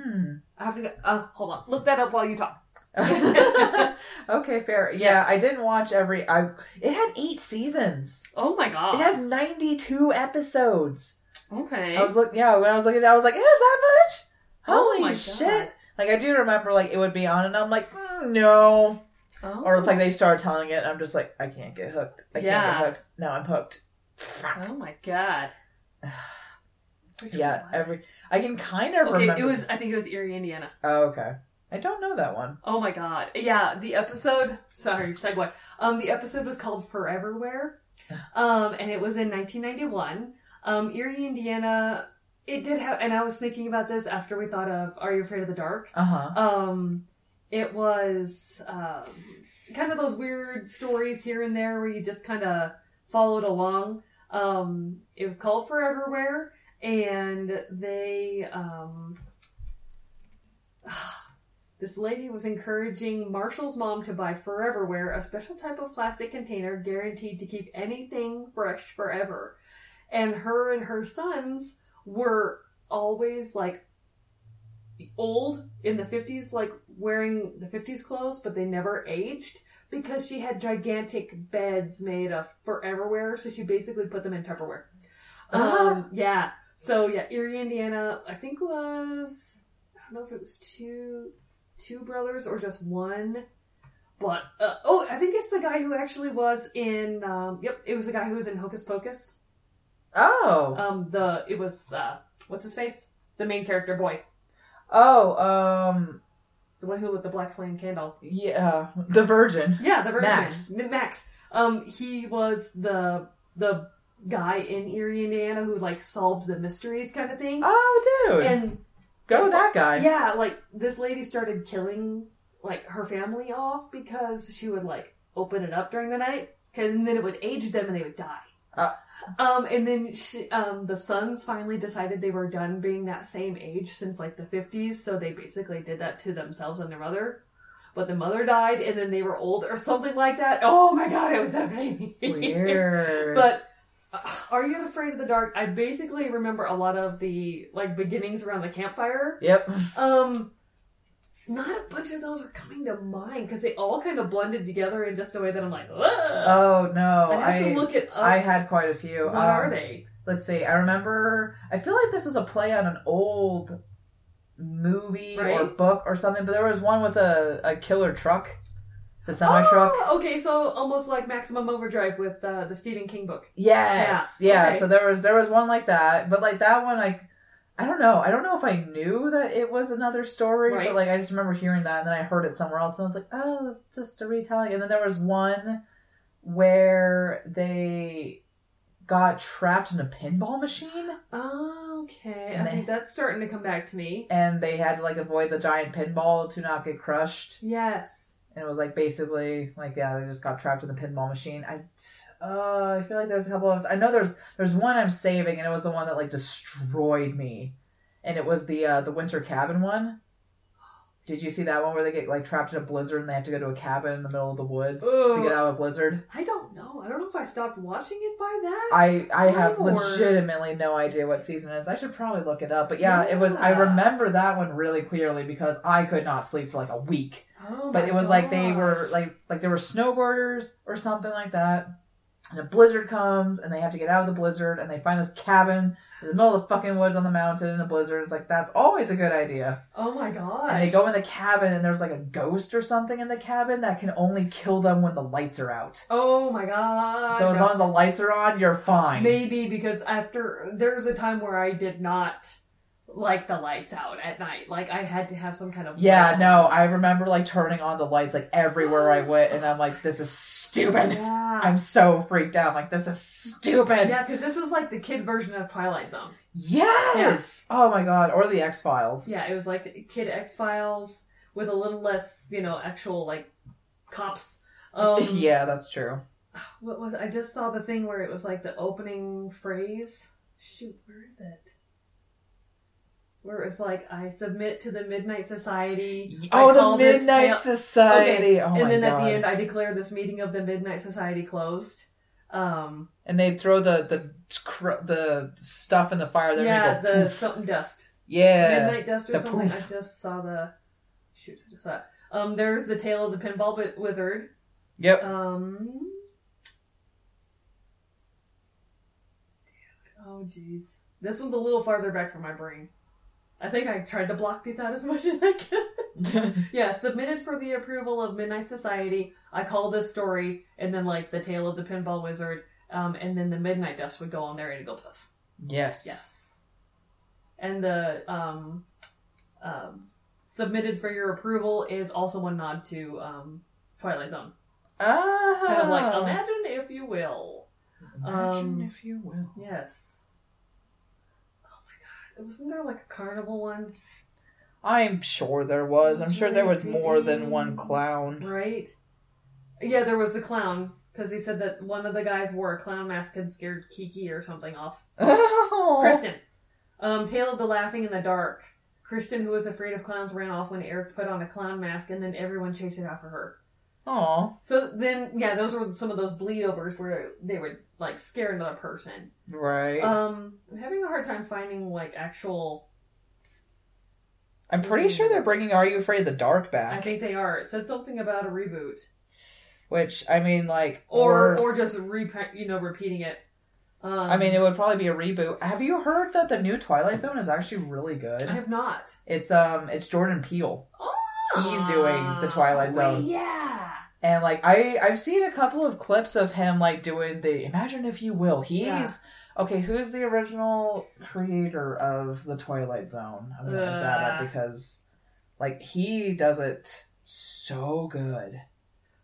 Hmm. I have to go. Uh, hold on. Look that up while you talk. okay, fair. Yeah, Yes. I didn't watch every. I it had eight seasons. Oh my god. It has ninety two episodes. okay. I was look. Yeah, when I was looking, at it, I was like, it has that much. Oh Holy my God. shit! Like I do remember, like it would be on, and I'm like, mm, no. oh. Or if like they started telling it, I'm just like, I can't get hooked. I Yeah. can't get hooked. Now I'm hooked. Fuck. Oh my god. Which Yeah, one was every I can kind of it? Okay, remember. it was. I think it was Erie, Indiana. Oh, okay. I don't know that one. Oh my god. Yeah, the episode. Sorry, segue. Um, the episode was called Foreverware. Um, and it was in 1991. Um, Erie, Indiana. It did have, and I was thinking about this after we thought of Are You Afraid of the Dark? Uh huh. Um, it was um, kind of those weird stories here and there where you just kind of followed along. Um, it was called Foreverware, and they um, this lady was encouraging Marshall's mom to buy Foreverware, a special type of plastic container guaranteed to keep anything fresh forever. And her and her sons were always like old in the 50s, like wearing the 50s clothes, but they never aged because she had gigantic beds made of foreverware. So she basically put them in Tupperware. Um, yeah. So yeah, Erie, Indiana, I think was, I don't know if it was two, two brothers or just one. But, uh, oh, I think it's the guy who actually was in, um, yep, it was the guy who was in Hocus Pocus. Oh. Um, the, it was, uh, what's his face? The main character boy. oh. Um. The one who lit the black flame candle. Yeah. The Virgin. Yeah, the Virgin. Max. M- Max. Um, he was the the guy in Erie, Indiana, who like solved the mysteries kind of thing. Oh, dude. And Go that guy. yeah, like this lady started killing like her family off because she would like open it up during the night, 'cause- and then it would age them and they would die. Uh. Um, and then she, um, the sons finally decided they were done being that same age since like the 50s, so they basically did that to themselves and their mother. But the mother died, and then they were old or something like that. Oh my god, it was so creepy. Weird. But uh, Are You Afraid of the Dark? I basically remember a lot of the like beginnings around the campfire. Yep. Um, not a bunch of those are coming to mind because they all kind of blended together in just a way that I'm like, Ugh. Oh no. I have to I look it up. I had quite a few. what um, are they? Let's see. I remember. I feel like this was a play on an old movie or Right? book or something. But there was one with a, a killer truck, the semi truck. Oh, okay, so almost like Maximum Overdrive with uh, the Stephen King book. Yes. Yeah, Yeah. okay. So there was there was one like that, but like that one, like I don't know. I don't know if I knew that it was another story, Right. but like I just remember hearing that, and then I heard it somewhere else, and I was like, oh, it's just a retelling. And then there was one where they got trapped in a pinball machine, Okay, I Meh. think that's starting to come back to me. and they had to like avoid the giant pinball to not get crushed. Yes. And it was like basically like yeah, they just got trapped in the pinball machine. I, uh, I feel like there's a couple of I know there's there's one I'm saving, and it was the one that like destroyed me, and it was the uh, the winter cabin one. Did you see that one where they get like trapped in a blizzard and they have to go to a cabin in the middle of the woods to Ooh. get out of a blizzard? I don't know. I don't know if I stopped watching it by that. I I have Lord. legitimately no idea what season it is. I should probably look it up. But yeah, it was I Yeah. remember that one really clearly because I could not sleep for like a week Oh, but my it was like they were gosh. like like there were snowboarders or something like that and a blizzard comes and they have to get out of the blizzard and they find this cabin in the middle of the fucking woods on the mountain in a blizzard. It's like that's always a good idea. Oh my gosh. And they go in the cabin, and there's like a ghost or something in the cabin that can only kill them when the lights are out. Oh my god. so as long as the lights are on, you're fine. Maybe because after there's a time where I did not like the lights out at night. Like I had to have some kind of yeah, light. no, I remember like turning on the lights like everywhere I went, and I'm like, this is stupid. Yeah. I'm so freaked out. I'm like, this is stupid. yeah, because this was like the kid version of Twilight Zone. Yes. Oh my god. Or the X Files. Yeah, it was like Kid X Files with a little less, you know, actual like cops. Um, yeah, that's true. What was I just saw the thing where it was like the opening phrase? Shoot, where is it? Where it was like, I submit to the Midnight Society. I Oh, the call this Midnight tale- Society. Okay, Oh my and then god. at the end, I declare this meeting of the Midnight Society closed. Um, and they throw the the cr- the stuff in the fire. There yeah, and they go, the poof. something dust, yeah. midnight dust or the something. poof. I just saw the shoot. I just saw. It. Um, there's the tale of the pinball wi- wizard. Yep. Um, dude, oh jeez, this one's a little farther back from my brain. I think I tried to block these out as much as I could. Yeah, submitted for the approval of Midnight Society. I call this story, and then like the tale of the pinball wizard, um, and then the midnight dust would go on there and go puff. yes. Yes, and the um, um, submitted for your approval is also a nod to um, Twilight Zone. Ah. Kind of like imagine if you will. Imagine um, if you will. Yes. Oh my god, wasn't there like a carnival one, I'm sure there was. I'm That's sure there was really more than one big. clown. right? Yeah, there was the clown because he said that one of the guys wore a clown mask and scared Kiki or something off. Oh. Kristen. Um, Tale of the Laughing in the Dark. Kristen, who was afraid of clowns, ran off when Eric put on a clown mask, and then everyone chased it after her. Aw. So then, yeah, those were some of those bleed overs where they would like scare another person. Right. Um, I'm having a hard time finding like actual. I'm pretty sure they're bringing Are You Afraid of the Dark back. I think they are. It said something about a reboot, which I mean, like, or or, just re- you know repeating it. Um, I mean, it would probably be a reboot. Have you heard that the new Twilight Zone is actually really good? I have not. It's um, it's Jordan Peele, He's doing the Twilight Ah, Wait, Zone. Yeah. and like I I've seen a couple of clips of him like doing the Imagine if you will. He's okay. Who's the original creator of the Twilight Zone? I'm gonna look that up Uh. because like he does it so good.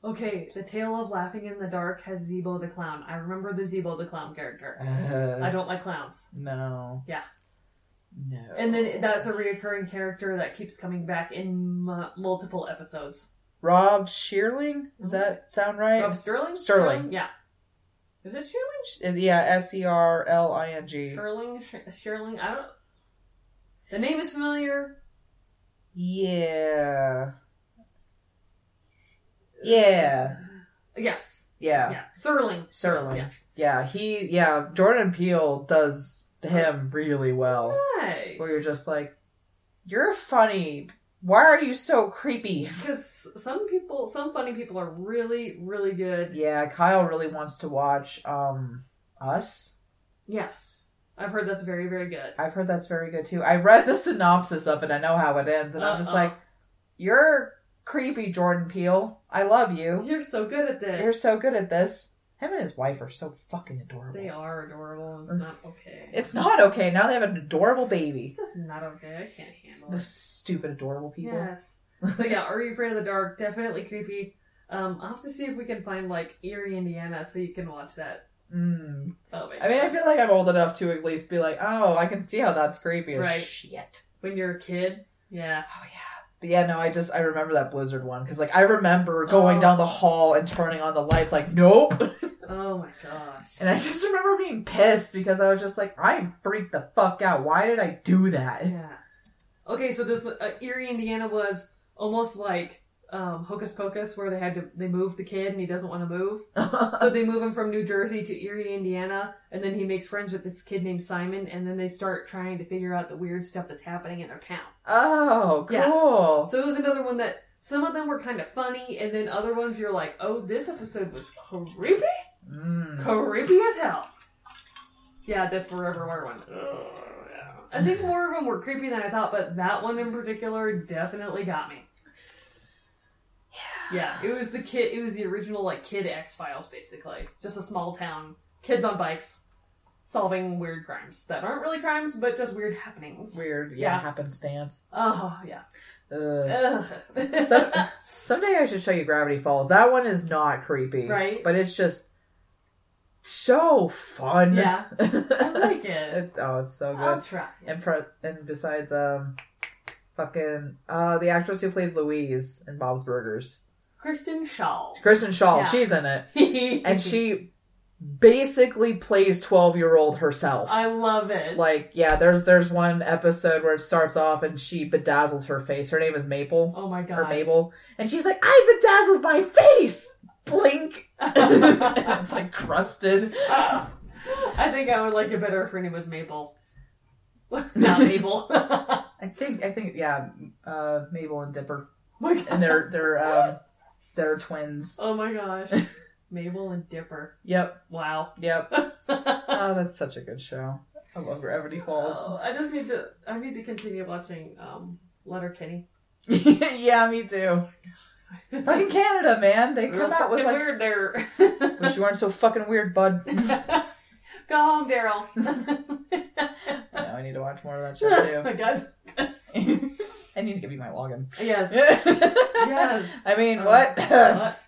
Okay, the tale of laughing in the dark has Zebo the clown. I remember the Zebo the clown character. I Uh, don't like clowns. no. Yeah. No. And then that's a reoccurring character that keeps coming back in mu- multiple episodes. Rob Shearling. Does that sound right? Mm-hmm. Rob Sterling? Sterling. Yeah. Is it Sterling? Sh- yeah, S E R L I N G. Sterling? Sh- Sterling? I don't. The name is familiar. Yeah. Yeah. Uh, Yes. Yeah. Yeah. Sterling. Sterling. Yeah. Yeah, he yeah, Jordan Peele does him really well. Nice. Where you're just like, You're funny. Why are you so creepy? Because some people, some funny people are really, really good. Yeah, Kyle really wants to watch um us. Yes. I've heard that's very, very good. I've heard that's very good too. I read the synopsis of it, I know how it ends, and I'm just Uh-uh. like, You're creepy, Jordan Peele. I love you. You're so good at this. You're so good at this. Him and his wife are so fucking adorable. They are adorable. It's not okay. Mm-hmm. It's not okay. Now they have an adorable baby. just not okay. I can't handle Those it. stupid, adorable people. Yes. So yeah, Are You Afraid of the Dark? Definitely creepy. Um, I'll have to see if we can find like Erie, Indiana, so you can watch that. Mm. Oh my I mean, I feel like I'm old enough to at least be like, oh, I can see how that's creepy as Right. shit. when you're a kid, yeah. Oh, yeah. But yeah, no, I just, I remember that Blizzard one. Because, like, I remember going Oh. down the hall and turning on the lights, like, nope. Oh my gosh. And I just remember being pissed because I was just like, I'm freaked the fuck out. Why did I do that? yeah. Okay, so this uh, Erie, Indiana was almost like um, Hocus Pocus, where they had to they move the kid and he doesn't want to move, so they move him from New Jersey to Erie, Indiana, and then he makes friends with this kid named Simon, and then they start trying to figure out the weird stuff that's happening in their town. oh, Yeah. cool. So it was another one that some of them were kind of funny, and then other ones you're like, oh, this episode was creepy, Mm. creepy as hell. Yeah, the Forevermore one. I think more of them were creepy than I thought, but that one in particular definitely got me. Yeah, it was the kid. It was the original like Kid X Files, basically, just a small town, kids on bikes, solving weird crimes that aren't really crimes, but just weird happenings. Weird, yeah, Yeah. happenstance. Oh yeah. Ugh. Ugh. Some, someday I should show you Gravity Falls. That one is not creepy, Right. But it's just so fun. yeah, Um, I like it. it's oh, it's so I'll good. try. it. And pro- and besides, um, fucking uh, the actress who plays Louise in Bob's Burgers, Kristen Shaw. Kristen Shaw, Yeah. she's in it, and and she basically plays twelve year old herself. I love it. like yeah, there's there's one episode where it starts off and she bedazzles her face. Her name is Maple. oh my Her god. Mabel, and she's like, "I bedazzled my face." Blink. it's like crusted. I think I would like it better if her name was Mabel. Not Mabel. I think. I think. Yeah. Uh, Mabel and Dipper, and they're they're um, they're twins. oh my gosh. Mabel and Dipper. Yep. Wow. Yep. Oh, that's such a good show. I love Gravity Falls. Oh, I just need to I need to continue watching um Letter Kenny. yeah, me too. Fucking Canada, man. They come out with like. weird there. Wish you weren't so fucking weird, bud. Go home, Daryl. I know, I need to watch more of that show my god. too. I need to give you my login. Yes. Yes. I mean, Um, what? what?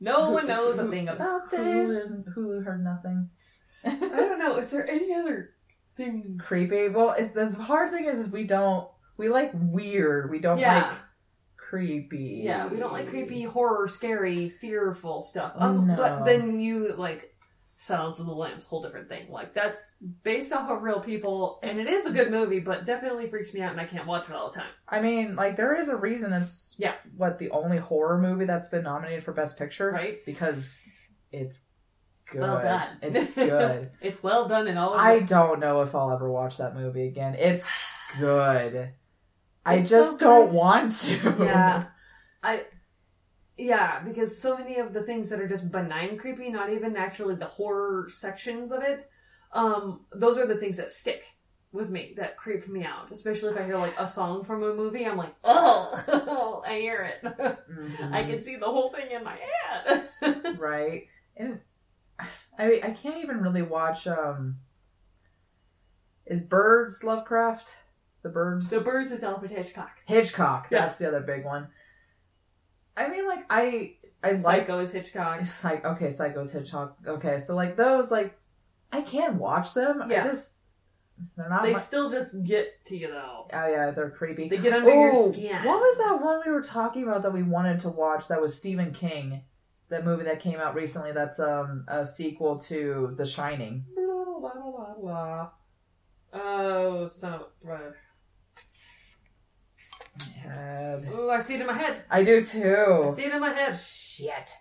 No one knows a thing about this. Hulu, Hulu heard nothing. I don't know. Is there any other thing? Creepy. Well, it, the hard thing is, is we don't. We like weird. We don't Yeah. like creepy. Yeah, we don't like creepy, horror, scary, fearful stuff. Um, No. But then you like Silence of the Lambs, whole different thing. Like that's based off of real people, and it is a good movie, but definitely freaks me out, and I can't watch it all the time. I mean, like there is a reason it's Yeah. What the only horror movie that's been nominated for best picture? Right? Oh, Because it's good. Well done. It's good. It's well done and all. I don't know if I'll ever watch that movie again. It's good. I It's just so don't good. want to. yeah, I yeah because so many of the things that are just benign creepy, not even actually the horror sections of it. Um, those are the things that stick with me that creep me out, especially if I hear like a song from a movie. I'm like, oh, I hear it. Mhm. I can see the whole thing in my head. right? And I mean, I can't even really watch. um Is Birds Lovecraft? The Birds. the Birds is Alfred Hitchcock. Hitchcock. Yeah. That's the other big one. I mean, like I, I like Psycho is Hitchcock. like okay, Psycho's Hitchcock. Okay, so like those, like I can watch them. I Yeah. just they're not. They my- still just get to you though. oh yeah, they're creepy. They get under your Oh, skin. What was that one we were talking about that we wanted to watch? That was Stephen King, that movie that came out recently. That's um a sequel to The Shining. Blah, blah, blah, blah, blah. Oh, stop. Right. God. Ooh, I see it in my head. I do I too. see it in my head. Shit.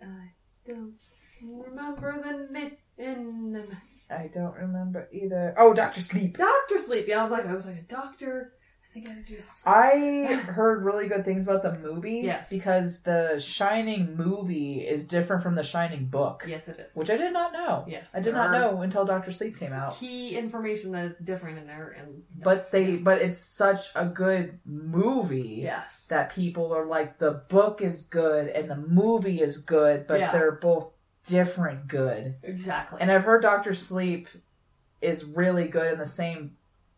I don't remember the name. In I don't remember either. Oh, Doctor Sleep. Doctor Sleep. Yeah, I was like, I was like a doctor. I think I just. I heard really good things about the movie. Yes. Because the Shining movie is different from the Shining book, Yes, it is. which I did not know. Yes, I did not there are know until Doctor Sleep came out. Key information that is different in there and. Stuff. But they, but it's such a good movie. Yes. that people are like the book is good and the movie is good, but Yeah. they're both different good. exactly. And I've heard Doctor Sleep is really good in the same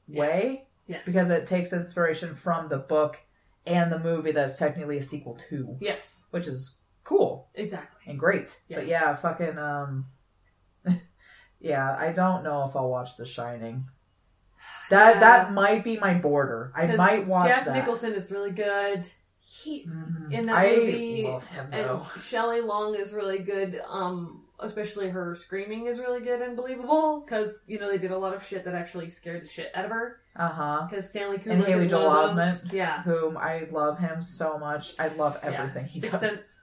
way yes. because it takes inspiration from the book and the movie that's technically a sequel to, Yes, which is cool exactly. and great. But Yes. yeah, fucking um yeah, I don't know if I'll watch The Shining. That Yeah. that might be my border. I 'Cause might watch Jack that. Nicholson is really good. He Mhm. in that I movie, love him and though. Shelley Long is really good. Um, especially her screaming is really good and believable because you know they did a lot of shit that actually scared the shit out of her. Uh huh. Because Stanley Kubrick And Haley is one Joel of those- Osment. Yeah, Whom I love him so much. I love yeah. everything he Sixth does. Sense.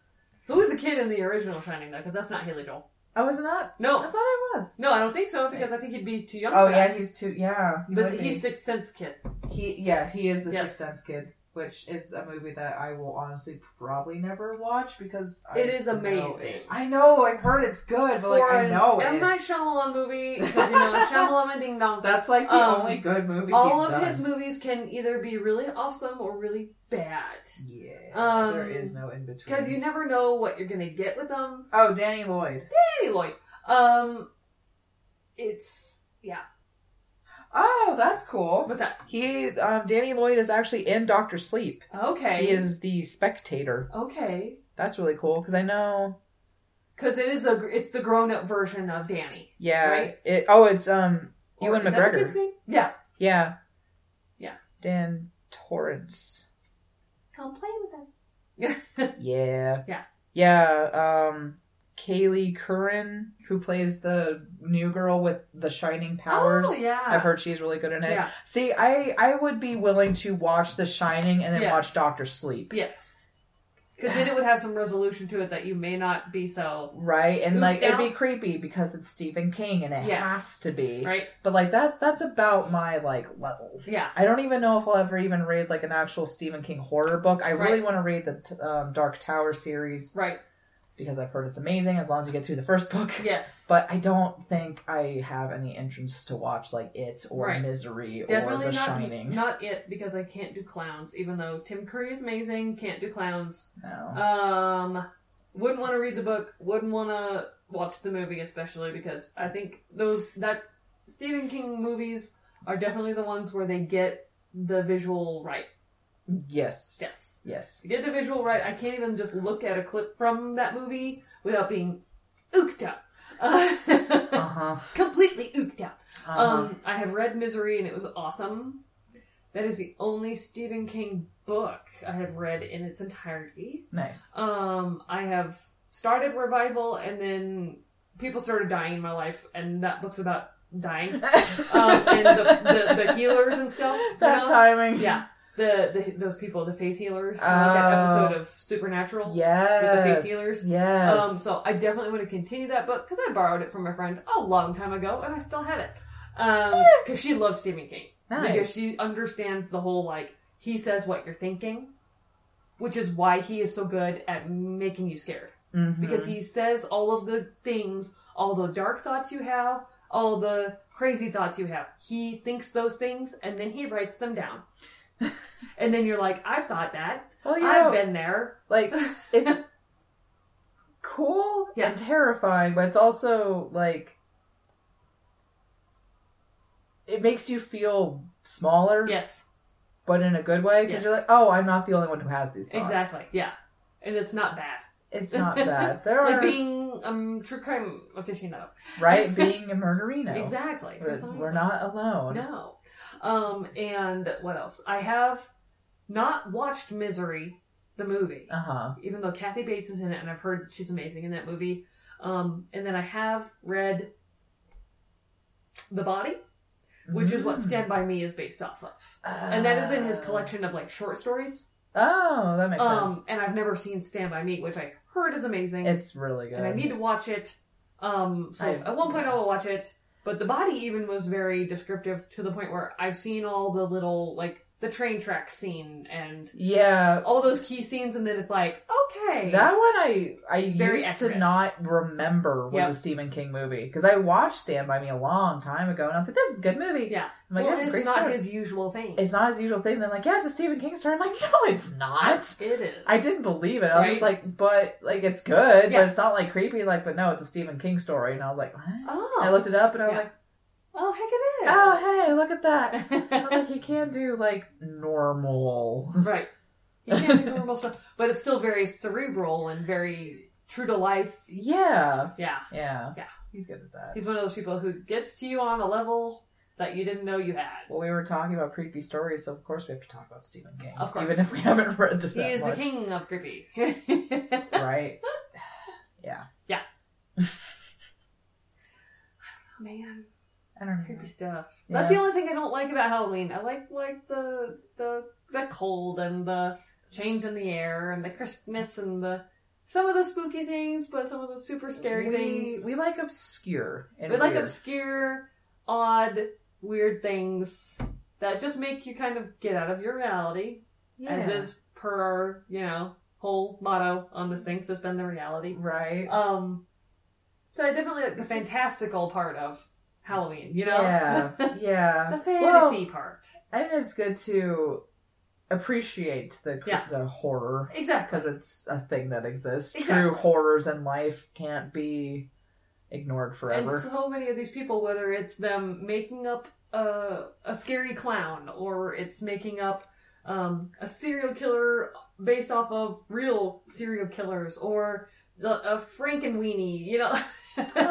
Who was the kid in the original Shining though? Because that's not Haley Joel. Oh, is it not? I No, thought I was. no, I don't think so because I think he'd be too young. Oh for yeah, that. he's too. Yeah, he but would be. he's Sixth Sense kid. he yeah he is the Yes. Sixth Sense kid. which is a movie that I will honestly probably never watch because I It is know amazing. I know I've heard it's good, but like For I know an M. Night it's Shyamalan movie, because you know, Shyamalan and Ding Dong. that's like the um, only good movie. All he's of done. his movies can either be really awesome or really bad. yeah, um, there is no in between. Because you never know what you're gonna get with them. oh Danny Lloyd. Danny Lloyd. Um, it's yeah. Oh, that's cool. What's that? He um, Danny Lloyd is actually in Doctor Sleep. Okay. He is the spectator. okay. That's really cool because I know. Because it is a gr- it's the grown up version of Danny. Yeah. Right. It. Oh, it's um Or is Ewan that the McGregor. kid's name? Yeah. Yeah. Yeah. Dan Torrance. Come play with us. Yeah. Yeah. Yeah. Um, Kaylee Curran, who plays the new girl with the shining powers. Oh yeah. I've heard she's really good in it. Yeah. See, I I would be willing to watch The Shining and then Yes. watch Doctor Sleep, Yes. Because then it would have some resolution to it that you may not be so right? And Oops, like it'd down. be creepy because it's Stephen King and it Yes. has to be. right. But like that's that's about my like level. Yeah. I don't even know if I'll ever even read like an actual Stephen King horror book. I really Right. want to read the t- um, Dark Tower series Right. because I've heard it's amazing as long as you get through the first book. Yes. But I don't think I have any interest to watch like It or Right. Misery Definitely or The not Shining. not it because I can't do clowns. Even though Tim Curry is amazing, can't do clowns. No. Um, wouldn't want to read the book. Wouldn't want to watch the movie, especially because I think those that Stephen King movies are definitely the ones where they get the visual right. yes. Yes. Yes. to get the visual right, I can't even just look at a clip from that movie without being ooked out. Uh Uh, huh. completely ooked out. Uh-huh. Um, I have read Misery and it was awesome. That is the only Stephen King book I have read in its entirety. nice. Um, I have started Revival and then people started dying in my life, and that book's about dying. Um, and the, the, the healers and stuff. you that know? timing. Yeah, the, the those people, the faith healers, from, like that Oh. episode of Supernatural. Yes. healers. Yes. Um, so I definitely want to continue that book because I borrowed it from a friend a long time ago and I still have it because she loves Stephen King because nice. she understands the whole like he says what you're thinking, which is why he is so good at making you scared Mhm. because he says all of the things, all the dark thoughts you have, all the crazy thoughts you have. He thinks those things and then he writes them down. and then you're like, I've thought that. well, Oh, you know, I've been there. like it's cool Yeah. and terrifying, but it's also like it makes you feel smaller, Yes, but in a good way because Yes. you're like, oh, I'm not the only one who has these thoughts. exactly. Yeah. And it's not bad. It's not bad. There Like are being um true crime aficionado. right being a murderino. Exactly. We're, Precisely. we're not alone. No. Um, and what else? I have not watched Misery, the movie. Uh huh. even though Kathy Bates is in it, and I've heard she's amazing in that movie. Um, and then I have read The Body, which is Mm. what Stand By Me is based off of. And that is in his collection of like short stories. Oh, that Ah. makes Um, sense. and I've never seen Stand By Me, which I heard is amazing. It's really good. and I need to watch it. Um, so I- at one point yeah. I will watch it. But The Body even was very descriptive to the point where I've seen all the little, like, the train track scene and yeah, all those key scenes, and then it's like, okay. That one I I Very used to accurate. not remember was Yep. a Stephen King movie because I watched Stand by Me a long time ago and I was like, "This is a good movie." Yeah. I'm like, well, "This is a it's great not story." his usual thing. it's not his usual thing. They're like, "Yeah, it's a Stephen King story." I'm like, "No, it's not." It is. I didn't believe it. I was just Right? like, "But like, it's good, Yeah. but it's not like creepy." Like, but no, it's a Stephen King story, and I was like, what? Oh. I looked it up and I was Yeah. like, oh, heck "Oh, hey, look at that." it is. I was like, "He can do like normal." right. He can't do normal stuff, but it's still very cerebral and very true to life. Yeah, Yeah. yeah, Yeah. He's good at that. He's one of those people who gets to you on a level that you didn't know you had. Well, we were talking about creepy stories, so of course we have to talk about Stephen King. Of course. Even if we haven't read the He is the king of creepy. I Right? yeah. Man, I don't know. creepy stuff. Yeah. That's the only thing I don't like about Halloween. I like like the the the cold and the change in the air and the crispness and the some of the spooky things, but some of the super scary we, things. We like obscure. And We like weird. obscure, odd, weird things that just make you kind of get out of your reality. as is per our, you know, whole motto on this thing, suspend the reality. right. Um, so I definitely like the Just- fantastical part of Halloween, you know? Yeah, yeah. the Well, fantasy part. and it's good to appreciate the cr- Yeah. the horror Exactly. because it's a thing that exists. True Exactly. horrors in life can't be ignored And forever. so many of these people, whether it's them making up a, a scary clown or it's making up um, a serial killer based off of real serial killers or the- a Frankenweenie, you know, Frankenweenie.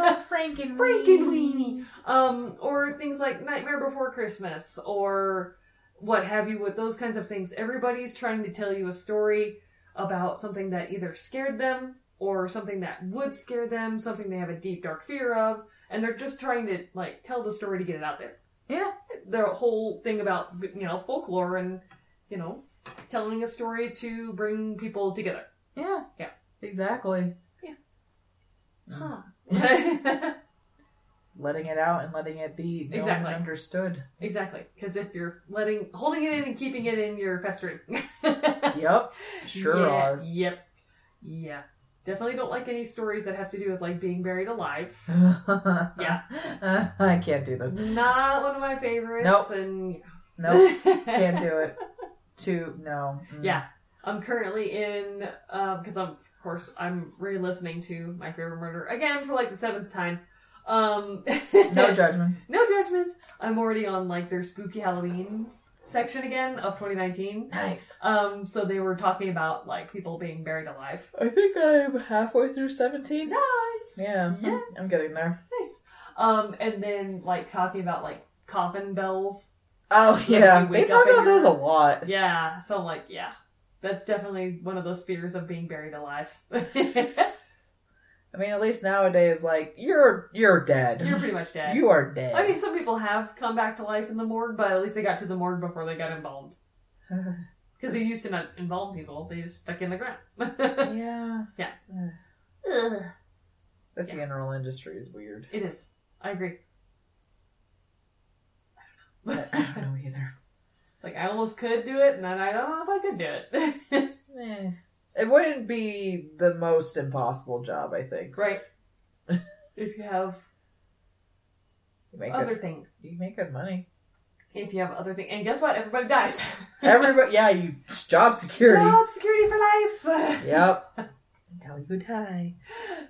uh, Frankenweenie. um, or things like Nightmare Before Christmas or what have you, with those kinds of things. Everybody's trying to tell you a story about something that either scared them or something that would scare them, something they have a deep, dark fear of, and they're just trying to like tell the story to get it out there. Yeah. The whole thing about you know folklore and you know telling a story to bring people together. Yeah. Yeah. Exactly. Huh. Letting it out and letting it be known Exactly. and understood. exactly, because if you're letting holding it in and keeping it in, you're festering. Yep. Sure Yeah, are. Yep. Yeah. Definitely don't like any stories that have to do with like being buried alive. yeah. I can't do this. Not one of my favorites. Nope. And Nope. can't do it. Two. No. Mm. yeah. I'm currently in because I'm of course I'm re-listening to my favorite murder again for like the seventh time. Um, No judgments. no judgments. I'm already on like their spooky Halloween section again of 2019. Nice. Um, so they were talking about like people being buried alive. I think I'm halfway through 17. Nice. Yeah, Yes. I'm getting there. Nice. Um, and then like talking about like coffin bells. Oh, So yeah. you They wake talk up and about you're- those a lot. Yeah. So I'm like, yeah, that's definitely one of those fears of being buried alive. I mean, at least nowadays, like, you're you're dead. You're pretty much dead. You are dead. I mean, some people have come back to life in the morgue, but at least they got to the morgue before they got embalmed. Because they used to not embalm people; they just stuck in the ground. yeah. Ugh. The Yeah. funeral industry is weird. It is. I agree. But I don't know either. Like I almost could do it, and then I don't know if I could do it. Eh. It wouldn't be the most impossible job, I think. right. If you have You make, other good, things. you make good money. If you have other things, and guess what? Everybody dies. Everybody, yeah, you job security. Job security for life. Yep. Until you die.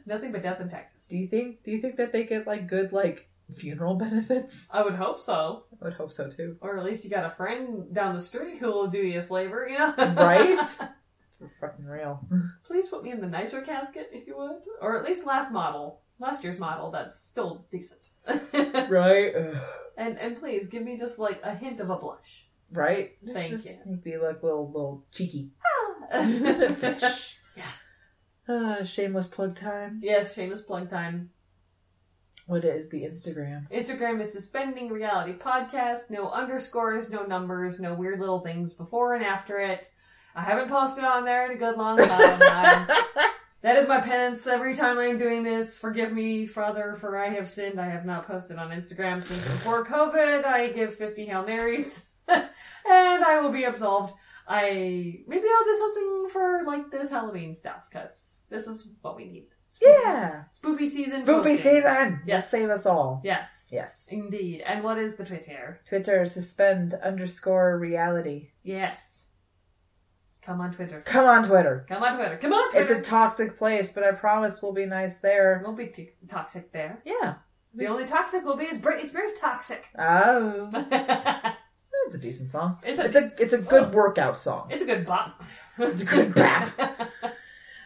Nothing but death and taxes. Do you think? Do you think that they get like good like funeral benefits? I would hope so. I would hope so too. Or at least you got a friend down the street who will do you a flavor, you know? Right? For fucking real. Please put me in the nicer casket if you would. Or at least last model. Last year's model that's still decent. and Right? and please give me just like a hint of a blush. right? Just, Thank just you. Make me look little little cheeky. yes. Fresh. Uh, shameless plug time. Yes, shameless plug time. What is the Instagram? Instagram is suspending reality podcast. No underscores, no numbers, no weird little things before and after it. I haven't posted on there in a good long time. I'm- that is my penance every time I'm doing this. Forgive me, Father, for I have sinned. I have not posted on Instagram since before COVID. I give 50 Hail Marys and I will be absolved. I maybe I'll do something for like this Halloween stuff because this is what we need. Spoopy- Yeah. Spoopy season. Spoopy posting. season. Yes. Save us all. Yes. Yes. Indeed. And what is the Twitter? Twitter suspend underscore reality. Yes. Come on Twitter. Come on, Twitter. Come on Twitter. Come on It's Twitter. a toxic place, but I promise we'll be nice there. won't be t- toxic there. Yeah. The only toxic will be is Britney Spears toxic. Oh, it's that's a decent song. a It's a it's a good workout song. it's a good bop. It's a good bap.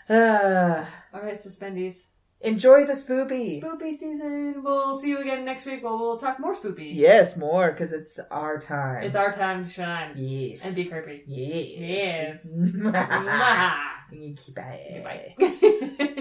Uh, All right, suspendees. enjoy the spoopy. Spoopy season. We'll see you again next week. Well, we'll talk more spoopy. Yes, more because it's our time. It's our time to shine yes. and be creepy. yes. Mwah. you keep it. Goodbye.